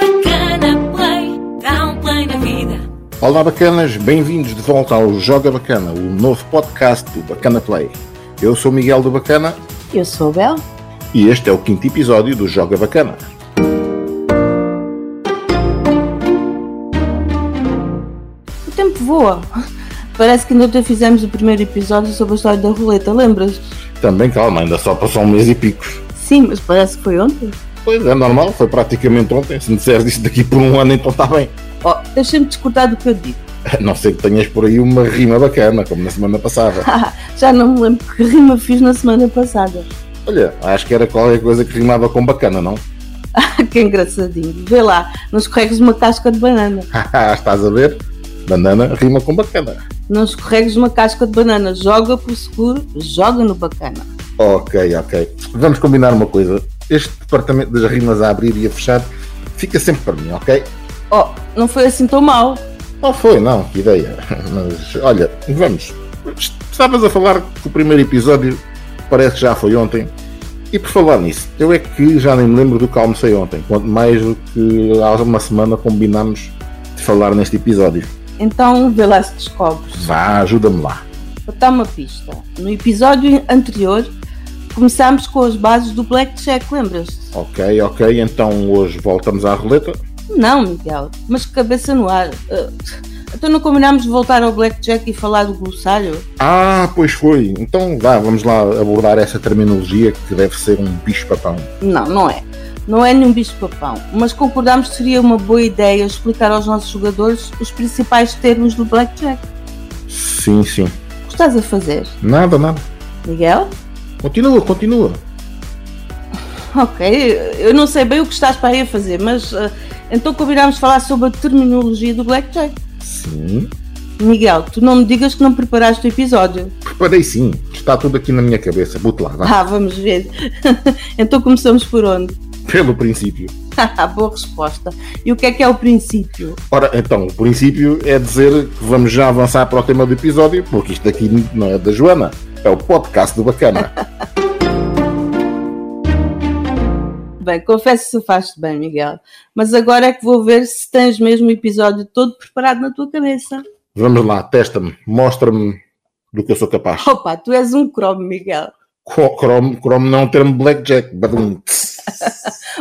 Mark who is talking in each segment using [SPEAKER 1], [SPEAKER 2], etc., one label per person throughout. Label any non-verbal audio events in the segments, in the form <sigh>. [SPEAKER 1] um
[SPEAKER 2] Olá bacanas, bem-vindos de volta ao Joga Bacana, o novo podcast do Bacana Play. Eu sou Miguel do Bacana
[SPEAKER 3] Eu sou a Bel.
[SPEAKER 2] e este é o quinto episódio do Joga Bacana.
[SPEAKER 3] O tempo voa. Parece que ainda ontem fizemos o primeiro episódio sobre a história da roleta, lembras?
[SPEAKER 2] Também calma, ainda só passou um mês e pico.
[SPEAKER 3] Sim, mas parece que foi ontem.
[SPEAKER 2] Pois é normal, foi praticamente ontem. Se me disseres isso daqui por um ano, então está bem.
[SPEAKER 3] Oh, tens sempre de discordar do que eu digo. <laughs>
[SPEAKER 2] A não ser que tenhas por aí uma rima bacana, como na semana passada.
[SPEAKER 3] Já não me lembro que rima fiz na semana passada. <laughs>
[SPEAKER 2] Olha, acho que era qualquer coisa que rimava com bacana, não? <laughs>
[SPEAKER 3] que engraçadinho. Vê lá, não escorregues uma casca de banana.
[SPEAKER 2] Estás a ver? Banana rima com bacana.
[SPEAKER 3] Não escorregues uma casca de banana. Joga por seguro, joga no bacana.
[SPEAKER 2] Ok, ok. Vamos combinar uma coisa. Este departamento das rimas a abrir e a fechar fica sempre para mim, ok?
[SPEAKER 3] Oh, não foi assim tão mal.
[SPEAKER 2] Não foi, não, que ideia. <laughs> Mas olha, vamos. Estavas a falar que o primeiro episódio parece que já foi ontem. E por falar nisso, eu é que já nem me lembro do que almocei ontem, quanto mais do que há uma semana combinámos de falar neste episódio.
[SPEAKER 3] Então vê lá se descobres.
[SPEAKER 2] Vá, ajuda-me lá.
[SPEAKER 3] Vou dar uma pista. No episódio anterior, começámos com as bases do Blackjack, lembras-te?
[SPEAKER 2] Ok, ok, então hoje voltamos à roleta.
[SPEAKER 3] Não, Miguel, mas cabeça no ar. Ah, então não combinámos de voltar ao Blackjack e falar do glossário?
[SPEAKER 2] Ah, pois foi. Então vá, vamos lá abordar essa terminologia que deve ser um bicho-papão.
[SPEAKER 3] Não, não é. Não é nenhum bicho-papão, mas concordámos que seria uma boa ideia explicar aos nossos jogadores os principais termos do Blackjack.
[SPEAKER 2] Sim, sim.
[SPEAKER 3] O que estás a fazer?
[SPEAKER 2] Nada, nada.
[SPEAKER 3] Miguel?
[SPEAKER 2] Continua, continua.
[SPEAKER 3] Ok, eu não sei bem o que estás para aí a fazer, mas ah, então combinámos de falar sobre a terminologia do Blackjack.
[SPEAKER 2] Sim.
[SPEAKER 3] Miguel, tu não me digas que não preparaste o episódio.
[SPEAKER 2] Preparei sim. Está tudo aqui na minha cabeça. Bote lá, <laughs> vá.
[SPEAKER 3] Ah, vamos ver. <laughs> então começamos por onde? <laughs>
[SPEAKER 2] Pelo princípio.
[SPEAKER 3] Boa resposta. E o que é que é o princípio?
[SPEAKER 2] Ora, então, o princípio é dizer que vamos já avançar para o tema do episódio, porque isto aqui não é da Joana. É o podcast do <laughs> Bacana.
[SPEAKER 3] Bem, confesso que faz-te bem, Miguel. Mas agora é que vou ver se tens mesmo o episódio todo preparado na tua cabeça. <laughs>
[SPEAKER 2] Vamos lá, testa-me. Mostra-me do que eu sou capaz.
[SPEAKER 3] Opa, tu és um cromo, Miguel.
[SPEAKER 2] Co- Chrome, Chrome não é um termo blackjack. Badum.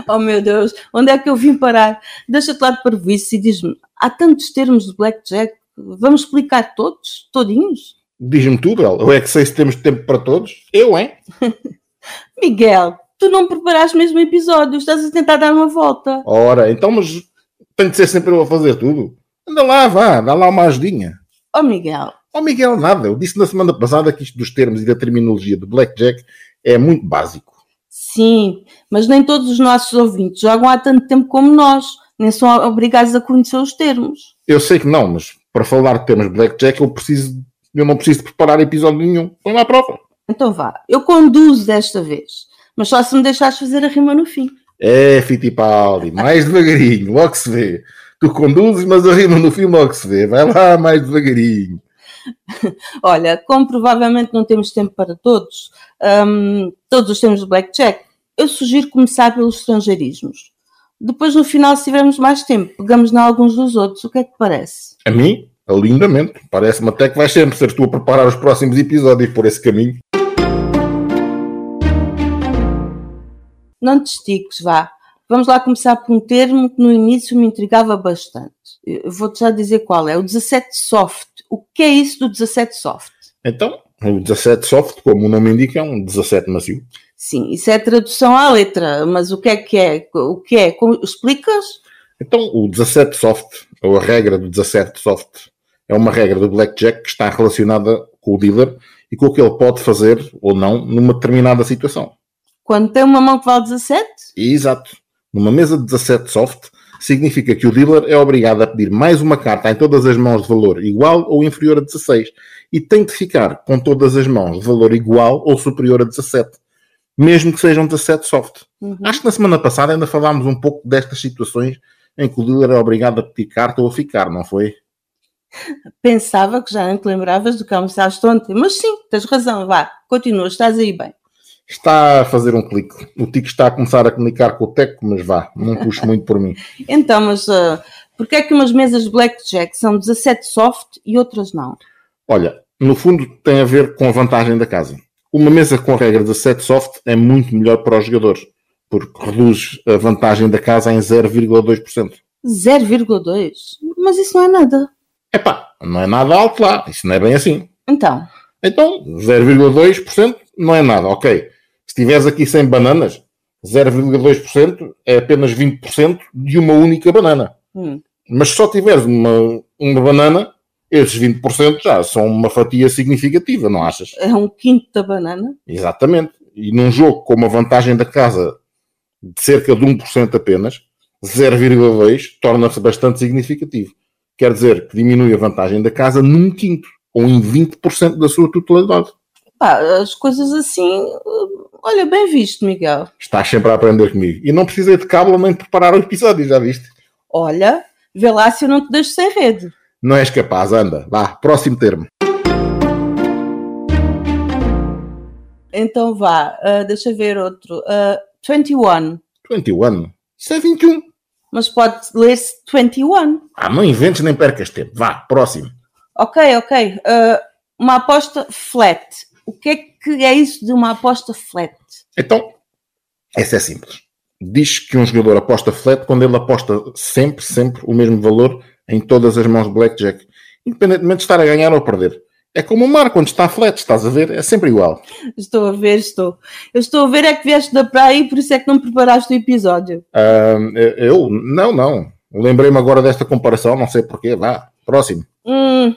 [SPEAKER 3] Oh meu Deus, onde é que eu vim parar? Deixa-te lá de parvoíce e diz-me, há tantos termos de blackjack, vamos explicar todos, todinhos?
[SPEAKER 2] Diz-me tu, Bel. Eu é que sei se temos tempo para todos. Eu, hein?
[SPEAKER 3] Miguel, tu não preparaste mesmo o episódio, estás a tentar dar uma volta.
[SPEAKER 2] Ora, então, mas tem de ser sempre eu a fazer tudo. Anda lá, vá. Dá lá uma ajudinha.
[SPEAKER 3] Oh Miguel,
[SPEAKER 2] Oh Miguel, nada. Eu disse na semana passada que isto dos termos e da terminologia do Blackjack é muito básico.
[SPEAKER 3] Sim, mas nem todos os nossos ouvintes jogam há tanto tempo como nós, nem são obrigados a conhecer os termos.
[SPEAKER 2] Eu sei que não, mas para falar de termos Blackjack eu preciso. Eu não preciso de preparar episódio nenhum. Põe lá a prova.
[SPEAKER 3] Então vá, eu conduzo desta vez, mas só se me deixares fazer a rima no fim.
[SPEAKER 2] É, Fittipaldi, mais devagarinho, logo se vê. Tu conduzes, mas a rima no filme logo se vê. Vai lá, mais devagarinho.
[SPEAKER 3] Olha, como provavelmente não temos tempo para todos, hum, todos os termos de blackjack, eu sugiro começar pelos estrangeirismos. Depois, no final, se tivermos mais tempo, pegamos em alguns dos outros. O que é que te parece?
[SPEAKER 2] A mim, lindamente. Parece-me até que vais sempre ser tu a preparar os próximos episódios por esse caminho.
[SPEAKER 3] Não te estiques, vá. Vamos lá começar por um termo que no início me intrigava bastante. Eu vou-te já dizer qual é. O 17 soft. O que é isso do 17 soft?
[SPEAKER 2] Então, o 17 Soft, como o nome indica, é um 17 macio.
[SPEAKER 3] Sim, isso é tradução à letra, mas o que é que é? O que é? Como- Explicas?
[SPEAKER 2] Então, o 17 soft, ou a regra do 17 soft, é uma regra do blackjack que está relacionada com o dealer e com o que ele pode fazer ou não numa determinada situação.
[SPEAKER 3] Quando tem uma mão que vale 17?
[SPEAKER 2] E, exato. Numa mesa de 17 soft, significa que o dealer é obrigado a pedir mais uma carta em todas as mãos de valor igual ou inferior a 16 e tem de ficar com todas as mãos de valor igual ou superior a 17, mesmo que sejam 17 soft.
[SPEAKER 3] Uhum.
[SPEAKER 2] Acho que na semana passada ainda falámos um pouco destas situações em que o dealer é obrigado a pedir carta ou a ficar, não foi?
[SPEAKER 3] Pensava que já não te lembravas do que almoçaste ontem, mas sim, tens razão, vá, continua, estás aí bem.
[SPEAKER 2] Está a fazer um clique. O Tico está a começar a comunicar com o Teco, mas vá, não puxe muito por mim.
[SPEAKER 3] Então, mas ah, Porque é que umas mesas de blackjack são 17 soft e outras não?
[SPEAKER 2] Olha, no fundo tem a ver com a vantagem da casa. Uma mesa com a regra 17 soft é muito melhor para os jogadores, porque reduz a vantagem da casa em 0,2%.
[SPEAKER 3] 0,2? Mas isso não é nada.
[SPEAKER 2] Epá, não é nada alto lá, isso não é bem assim.
[SPEAKER 3] Então,
[SPEAKER 2] Então, 0,2% não é nada, ok. Se tiveres aqui 100 bananas, 0,2% é apenas 20% de uma única banana.
[SPEAKER 3] hum,
[SPEAKER 2] Mas se só tiveres uma, uma banana, esses 20% já são uma fatia significativa, não achas?
[SPEAKER 3] é um quinto da banana.
[SPEAKER 2] Exatamente. E num jogo com uma vantagem da casa de cerca de 1% apenas, 0,2 torna-se bastante significativo. Quer dizer que diminui a vantagem da casa num quinto, ou em 20% da sua totalidade.
[SPEAKER 3] Pá, as coisas assim. hum, Olha, bem visto, Miguel.
[SPEAKER 2] Estás sempre a aprender comigo. E não precisei de cábula nem de preparar o episódio, já viste?
[SPEAKER 3] Olha, vê lá se eu não te deixo sem rede.
[SPEAKER 2] Não és capaz, anda. Vá, próximo termo.
[SPEAKER 3] Então vá, ah, deixa ver outro. Ah, 21.
[SPEAKER 2] 21. Isso é 21.
[SPEAKER 3] Mas pode ler-se 21.
[SPEAKER 2] Ah, não inventes nem percas tempo. Vá, próximo.
[SPEAKER 3] Ok, ok. Uh, uma aposta flat. O que é que é isso de uma aposta flat?
[SPEAKER 2] Então, essa é simples. Diz que um jogador aposta flat quando ele aposta sempre, sempre o mesmo valor em todas as mãos de blackjack, independentemente de estar a ganhar ou a perder. É como o mar quando está flat, estás a ver? É sempre igual.
[SPEAKER 3] Estou a ver, estou. Eu estou a ver é que vieste da praia e por isso é que não preparaste o episódio.
[SPEAKER 2] Ahm, Hum, é, eu? Não, não. Lembrei-me agora desta comparação, não sei porquê. Vá, próximo.
[SPEAKER 3] Hum,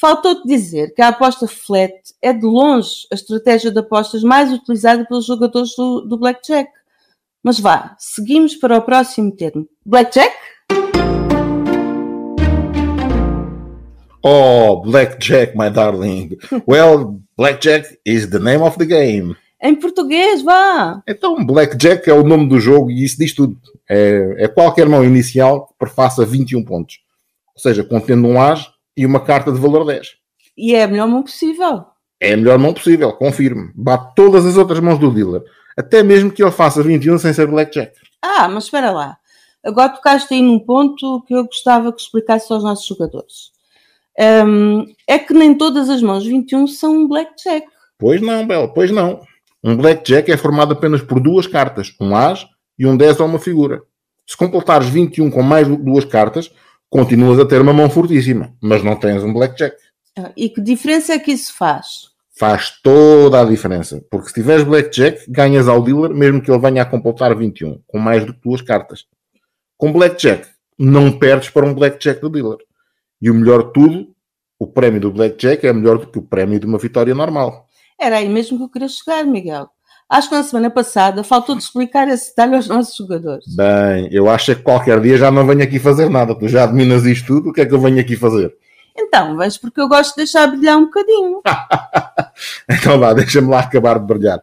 [SPEAKER 3] Faltou-te dizer que a aposta flat é de longe a estratégia de apostas mais utilizada pelos jogadores do, do blackjack. Mas vá, seguimos para o próximo termo. Blackjack?
[SPEAKER 2] Oh, blackjack, my darling. Well, blackjack is the name of the game.
[SPEAKER 3] Em português, vá!
[SPEAKER 2] Então, Blackjack é o nome do jogo e isso diz tudo. É, é qualquer mão inicial que prefaça 21 pontos. Ou seja, contendo um as e uma carta de valor 10.
[SPEAKER 3] E é a melhor mão possível.
[SPEAKER 2] É a melhor mão possível, confirmo. Bate todas as outras mãos do dealer. Até mesmo que ele faça 21 sem ser Blackjack.
[SPEAKER 3] Ah, mas espera lá. Agora tocaste aí num ponto que eu gostava que explicasse aos nossos jogadores. Hum, é que nem todas as mãos 21 são um blackjack.
[SPEAKER 2] Pois não, Bel, pois não. Um Blackjack é formado apenas por duas cartas, um as e um 10 a uma figura. Se completares 21 com mais do que duas cartas, continuas a ter uma mão fortíssima, mas não tens um Blackjack.
[SPEAKER 3] Ah, E que diferença é que isso faz?
[SPEAKER 2] faz toda a diferença. Porque se tiveres blackjack, ganhas ao dealer, mesmo que ele venha a completar 21, com mais do que duas cartas. Com blackjack, não perdes para um blackjack do dealer. E o melhor de tudo, o prémio do blackjack é melhor do que o prémio de uma vitória normal.
[SPEAKER 3] Era aí mesmo que eu queria chegar, Miguel. Acho que na semana passada faltou de explicar esse detalhe aos nossos jogadores.
[SPEAKER 2] Bem, eu acho é que qualquer dia já não venho aqui fazer nada. Tu já dominas isto tudo, o que é que eu venho aqui fazer?
[SPEAKER 3] Então, vens porque eu gosto de deixar brilhar um bocadinho.
[SPEAKER 2] <laughs> Então vá, deixa-me lá acabar de brilhar.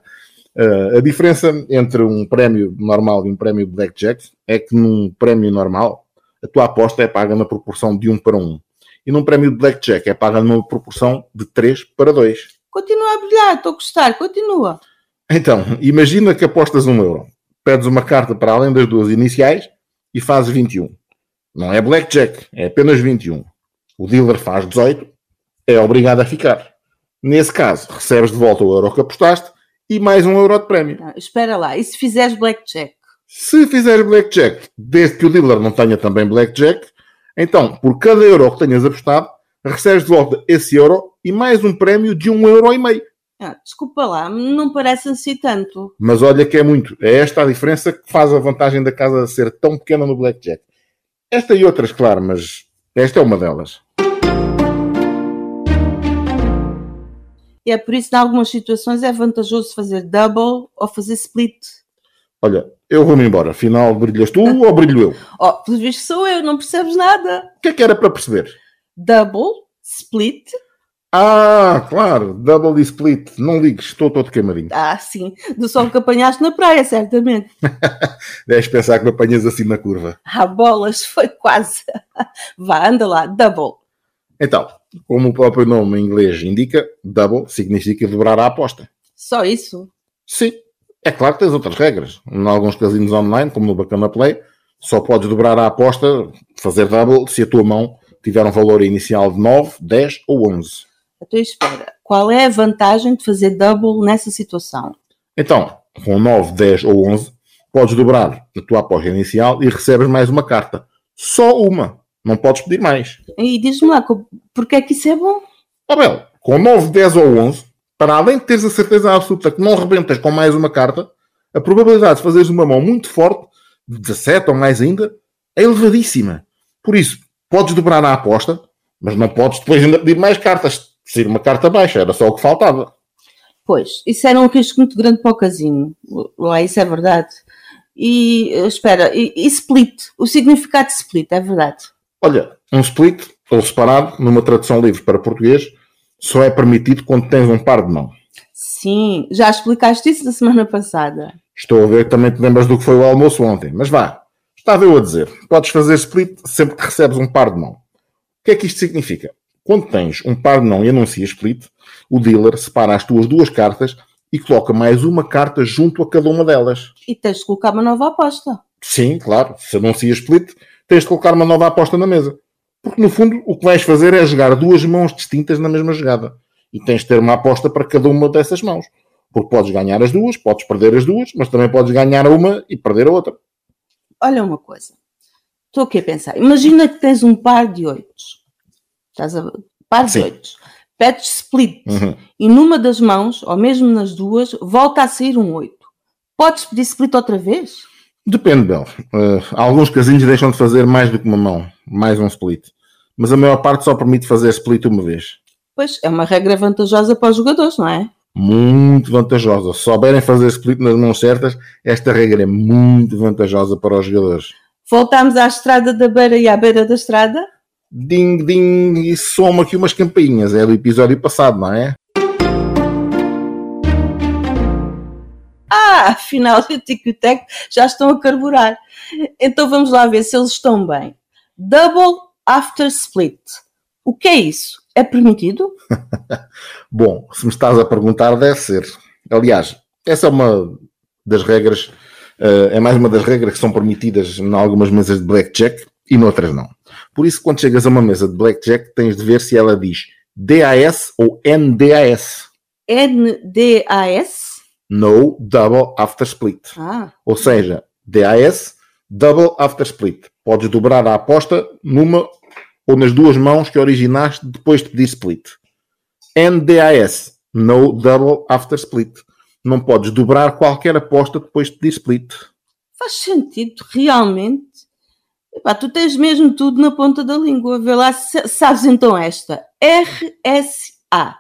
[SPEAKER 2] Ah, a diferença entre um prémio normal e um prémio blackjack é que num prémio normal a tua aposta é paga na proporção de 1 para 1. E num prémio de blackjack é paga numa proporção de 3 para 2.
[SPEAKER 3] Continua a brilhar, estou a gostar, continua.
[SPEAKER 2] Então, imagina que apostas 1 euro. Pedes uma carta para além das duas iniciais e fazes 21. Não é blackjack, é apenas 21. O dealer faz 18, é obrigado a ficar. Nesse caso, recebes de volta o euro que apostaste e mais 1 euro de prémio.
[SPEAKER 3] Ah, espera lá, e se fizeres blackjack?
[SPEAKER 2] Se fizeres blackjack, desde que o dealer não tenha também blackjack, então, por cada euro que tenhas apostado, recebes de volta esse euro e mais um prémio de um euro e meio.
[SPEAKER 3] Ah, desculpa lá, não parece assim tanto.
[SPEAKER 2] Mas olha que é muito. É esta a diferença que faz a vantagem da casa ser tão pequena no blackjack. Esta e outras, claro, mas esta é uma delas.
[SPEAKER 3] E é por isso que, em algumas situações, é vantajoso fazer double ou fazer split.
[SPEAKER 2] Olha, eu vou-me embora. Afinal, brilhas tu ou brilho eu? O
[SPEAKER 3] Oh, pelo visto sou eu, não percebes nada.
[SPEAKER 2] que é que era para perceber?
[SPEAKER 3] Double, split,
[SPEAKER 2] Ah, claro, double e split. Não ligues, estou todo queimadinho.
[SPEAKER 3] ah, sim, do sol que apanhaste na praia, certamente.
[SPEAKER 2] Deves pensar que me apanhas assim na curva.
[SPEAKER 3] Ah, bolas, <laughs> foi quase. Vá, anda lá, double.
[SPEAKER 2] Então, como o próprio nome em inglês indica, double significa dobrar a aposta.
[SPEAKER 3] Só isso?
[SPEAKER 2] Sim, é claro que tens outras regras. Em alguns casinos online, como no Bacana Play, Só podes dobrar a aposta, fazer double, se a tua mão tiver um valor inicial de 9, 10 ou 11.
[SPEAKER 3] Então espera, qual é a vantagem de fazer double nessa situação?
[SPEAKER 2] Então, com 9, 10 ou 11, podes dobrar a tua aposta inicial e recebes mais uma carta. Só uma. Não podes pedir mais.
[SPEAKER 3] E diz-me lá, co- porque é que isso é bom?
[SPEAKER 2] Abel, Oh, com 9, 10 ou 11, para além de teres a certeza absoluta que não rebentas com mais uma carta, a probabilidade de fazeres uma mão muito forte, de 17 ou mais ainda, é elevadíssima. Por isso, podes dobrar a aposta, mas não podes depois ainda pedir mais cartas. Ser uma carta baixa, era só o que faltava.
[SPEAKER 3] Pois, isso era um risco muito grande para o casino. Lá, isso é verdade. E, eh, espera, e, e split? O significado de split, é verdade.
[SPEAKER 2] Olha, um split, ou separado, numa tradução livre para português, só é permitido quando tens um par de mão.
[SPEAKER 3] Sim, já explicaste isso na semana passada.
[SPEAKER 2] Estou a ver que também te lembras do que foi o almoço ontem, mas vá. Estava eu a dizer, podes fazer split sempre que recebes um par de mão. O que é que isto significa? Quando tens um par de mão e anuncias split, o dealer separa as tuas duas cartas e coloca mais uma carta junto a cada uma delas.
[SPEAKER 3] E tens de colocar uma nova aposta.
[SPEAKER 2] Sim, claro, se anuncias split, tens de colocar uma nova aposta na mesa. Porque no fundo o que vais fazer é jogar duas mãos distintas na mesma jogada. E tens de ter uma aposta para cada uma dessas mãos. Porque podes ganhar as duas, podes perder as duas, mas também podes ganhar uma e perder a outra.
[SPEAKER 3] Olha uma coisa. Estou aqui a pensar. Imagina que tens um par de oitos. Estás a... Par de
[SPEAKER 2] Sim.
[SPEAKER 3] oitos. Pedes split.
[SPEAKER 2] Uhum.
[SPEAKER 3] E numa das mãos, ou mesmo nas duas, volta a sair um oito. Podes pedir split outra vez?
[SPEAKER 2] Depende, Bel. Eh, alguns casinhos deixam de fazer mais do que uma mão, mais um split. Mas a maior parte só permite fazer split uma vez.
[SPEAKER 3] Pois, é uma regra vantajosa para os jogadores, não é?
[SPEAKER 2] Muito vantajosa. Se souberem fazer split nas mãos certas, esta regra é muito vantajosa para os jogadores.
[SPEAKER 3] Voltámos à estrada da beira e à beira da estrada.
[SPEAKER 2] Ding, ding, e soma aqui umas campainhas. É do episódio passado, não é?
[SPEAKER 3] Ah, afinal, <laughs> o Tico e o Teco já estão a carburar. Então vamos lá ver se eles estão bem. Double after split. O que é isso? É permitido?
[SPEAKER 2] Bom, se me estás a perguntar, deve ser. Aliás, essa é uma das regras, eh, é mais uma das regras que são permitidas em algumas mesas de blackjack e noutras não. Por isso, quando chegas a uma mesa de blackjack, tens de ver se ela diz DAS ou NDAS.
[SPEAKER 3] NDAS?
[SPEAKER 2] No Double After Split.
[SPEAKER 3] Ah,
[SPEAKER 2] Ou seja, DAS, Double After Split. Podes dobrar a aposta numa ou nas duas mãos que originaste depois de pedir split. NDAS, No Double After Split. Não podes dobrar qualquer aposta depois de pedir split.
[SPEAKER 3] faz sentido, realmente. Epá, tu tens mesmo tudo na ponta da língua. Vê lá se sabes então esta. RSA.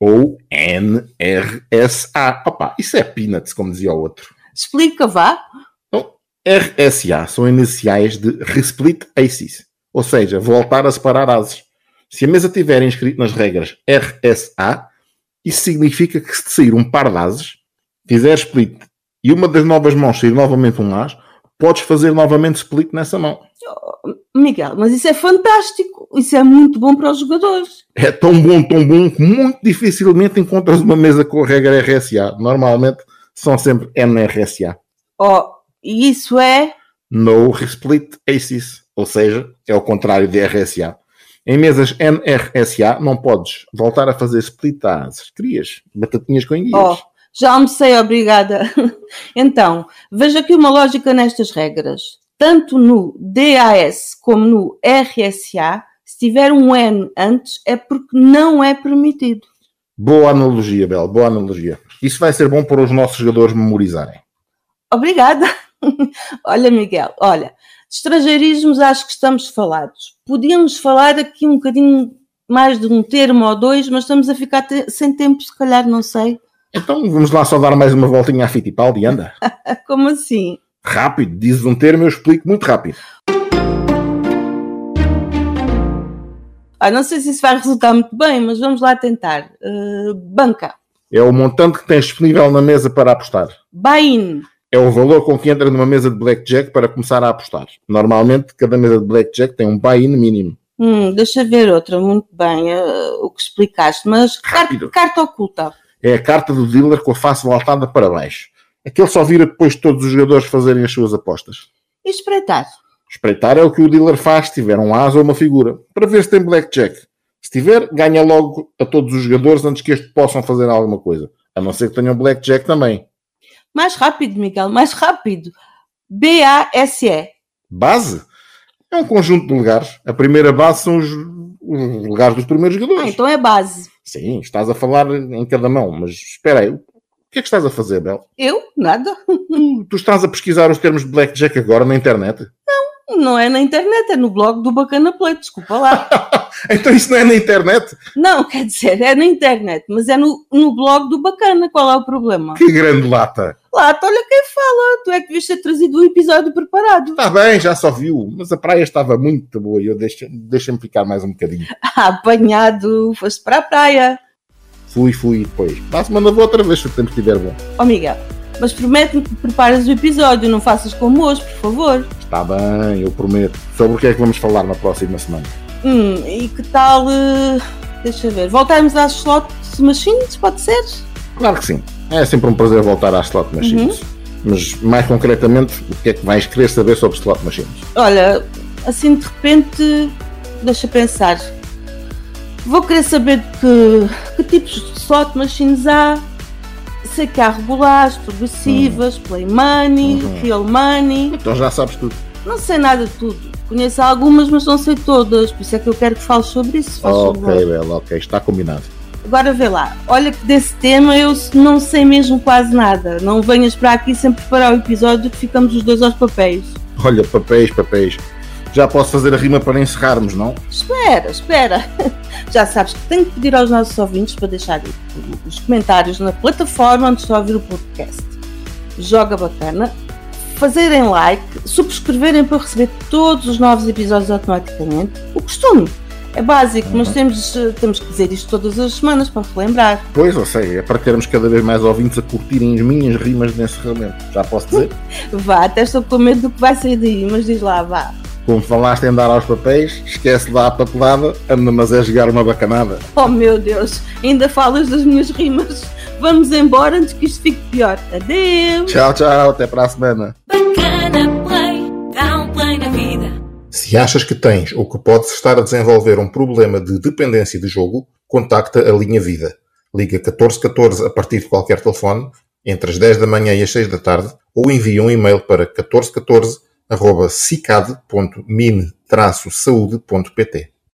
[SPEAKER 2] Ou NRSA. Opa, isso é peanuts, como dizia o outro.
[SPEAKER 3] Explica, vá.
[SPEAKER 2] RSA são iniciais de Resplit Aces. Ou seja, voltar a separar ases. Se a mesa tiver inscrito nas regras RSA, isso significa que se te sair um par de ases, fizer split e uma das novas mãos sair novamente um as, podes fazer novamente split nessa mão.
[SPEAKER 3] Miguel, mas isso é fantástico. Isso é muito bom para os jogadores.
[SPEAKER 2] É tão bom, tão bom, que muito dificilmente encontras uma mesa com a regra RSA. Normalmente são sempre NRSA.
[SPEAKER 3] Oh, e isso é.
[SPEAKER 2] No Resplit Aces, ou seja, é o contrário de RSA. Em mesas NRSA não podes voltar a fazer split a ases. Querias batatinhas com enguias.
[SPEAKER 3] Oh, já almocei, obrigada. <laughs> Então, veja aqui uma lógica nestas regras. Tanto no DAS como no RSA, se tiver um N antes, é porque não é permitido.
[SPEAKER 2] Boa analogia, Bel, boa analogia. Isso vai ser bom para os nossos jogadores memorizarem.
[SPEAKER 3] Obrigada. <laughs> Olha, Miguel, olha, de estrangeirismos acho que estamos falados. Podíamos falar aqui um bocadinho mais de um termo ou dois, mas estamos a ficar te- sem tempo, se calhar, não sei. <laughs>
[SPEAKER 2] Então vamos lá só dar mais uma voltinha à Fittipaldi, anda.
[SPEAKER 3] Como assim?
[SPEAKER 2] Rápido, dizes um termo, eu explico muito rápido.
[SPEAKER 3] Ah, não sei se isso vai resultar muito bem, mas vamos lá tentar. Uh, banca.
[SPEAKER 2] É o montante que tens disponível na mesa para apostar.
[SPEAKER 3] Buy-in.
[SPEAKER 2] é o valor com que entra numa mesa de blackjack para começar a apostar. Normalmente, cada mesa de blackjack tem um buy-in mínimo.
[SPEAKER 3] Hum, deixa ver outra. Muito bem uh, o que explicaste, mas car-
[SPEAKER 2] Rápido.
[SPEAKER 3] carta oculta.
[SPEAKER 2] É a carta do É dealer com a face voltada para baixo. Aquele só vira depois de todos os jogadores fazerem as suas apostas.
[SPEAKER 3] e espreitar.
[SPEAKER 2] Espreitar é o que o dealer faz se tiver um as ou uma figura, para ver se tem blackjack. Se tiver, ganha logo a todos os jogadores antes que estes possam fazer alguma coisa. A não ser que tenham blackjack também.
[SPEAKER 3] Mais rápido, Miguel, mais rápido. B-A-S-E.
[SPEAKER 2] Base? É um conjunto de lugares. A primeira base são os, os lugares dos primeiros
[SPEAKER 3] Ah,
[SPEAKER 2] jogadores.
[SPEAKER 3] então é base.
[SPEAKER 2] Sim, estás a falar em cada mão, mas espera aí. O que é que estás a fazer, Bel?
[SPEAKER 3] Eu? Nada.
[SPEAKER 2] Tu, tu estás a pesquisar os termos de blackjack agora na internet?
[SPEAKER 3] Não é na internet, é no blog do Bacana Play, desculpa lá.
[SPEAKER 2] Então isso não é na internet?
[SPEAKER 3] Não, quer dizer, é na internet, mas é no, no blog do Bacana, qual é o problema?
[SPEAKER 2] Que grande lata!
[SPEAKER 3] Lá, então olha quem fala, tu é que devias ter trazido um episódio preparado. <laughs>
[SPEAKER 2] Está Tá bem, já só viu, mas a praia estava muito boa e eu deixo- deixa-me ficar mais um bocadinho.
[SPEAKER 3] Ah, apanhado, foste para a praia.
[SPEAKER 2] Fui, fui, e depois. Para a semana vou outra vez se o tempo estiver bom.
[SPEAKER 3] Ó Miguel, mas promete-me que preparas o episódio, não faças como hoje, por favor.
[SPEAKER 2] Está bem, eu prometo. Sobre o que é que vamos falar na próxima semana?
[SPEAKER 3] Hum, e que tal. eh, Deixa ver, voltarmos às slot machines, pode ser?
[SPEAKER 2] Claro que sim. É sempre um prazer voltar às slot machines.
[SPEAKER 3] Uhum.
[SPEAKER 2] Mas mais concretamente, o que é que vais querer saber sobre slot machines?
[SPEAKER 3] Olha, assim de repente, deixa pensar. Vou querer saber que, que tipos de slot machines há. Sei que há regulares, progressivas, play money,
[SPEAKER 2] Uhum.
[SPEAKER 3] real money.
[SPEAKER 2] Então já sabes tudo.
[SPEAKER 3] Não sei nada de tudo. Conheço algumas, mas não sei todas. Por isso é que eu quero que fales sobre isso. Faz favor.
[SPEAKER 2] Ok, Bela, ok, está combinado.
[SPEAKER 3] Agora vê lá, olha que desse tema eu não sei mesmo quase nada. Não venhas para aqui sem preparar o episódio que ficamos os dois aos papéis.
[SPEAKER 2] Olha, papéis, papéis. Já posso fazer a rima para encerrarmos, não?
[SPEAKER 3] Espera, espera. <laughs> Já sabes que tenho que pedir aos nossos ouvintes para deixarem os comentários na plataforma onde estão a ouvir o podcast. Joga bacana. Fazerem like, subscreverem para receber todos os novos episódios automaticamente. O costume é básico, mas temos, eh, temos que dizer isto todas as semanas para relembrar.
[SPEAKER 2] Pois, eu sei, é para termos cada vez mais ouvintes a curtirem as minhas rimas de encerramento. Já posso dizer?
[SPEAKER 3] Vá, até estou com medo do que vai sair daí, mas diz lá, vá.
[SPEAKER 2] Como falaste em dar aos papéis, esquece lá a papelada, anda mas é jogar uma bacanada.
[SPEAKER 3] Oh meu Deus, ainda falas das minhas rimas. Vamos embora antes que isto fique pior. Adeus!
[SPEAKER 2] Tchau, tchau, até para a semana.
[SPEAKER 1] Bacana Play, dá um play na vida.
[SPEAKER 2] Se achas que tens ou que podes estar a desenvolver um problema de dependência de jogo, contacta a Linha Vida. Liga 1414 a partir de qualquer telefone, entre as 10 da manhã e as 6 da tarde, ou envia um e-mail para 1414.cicad.mine-saúde.pt.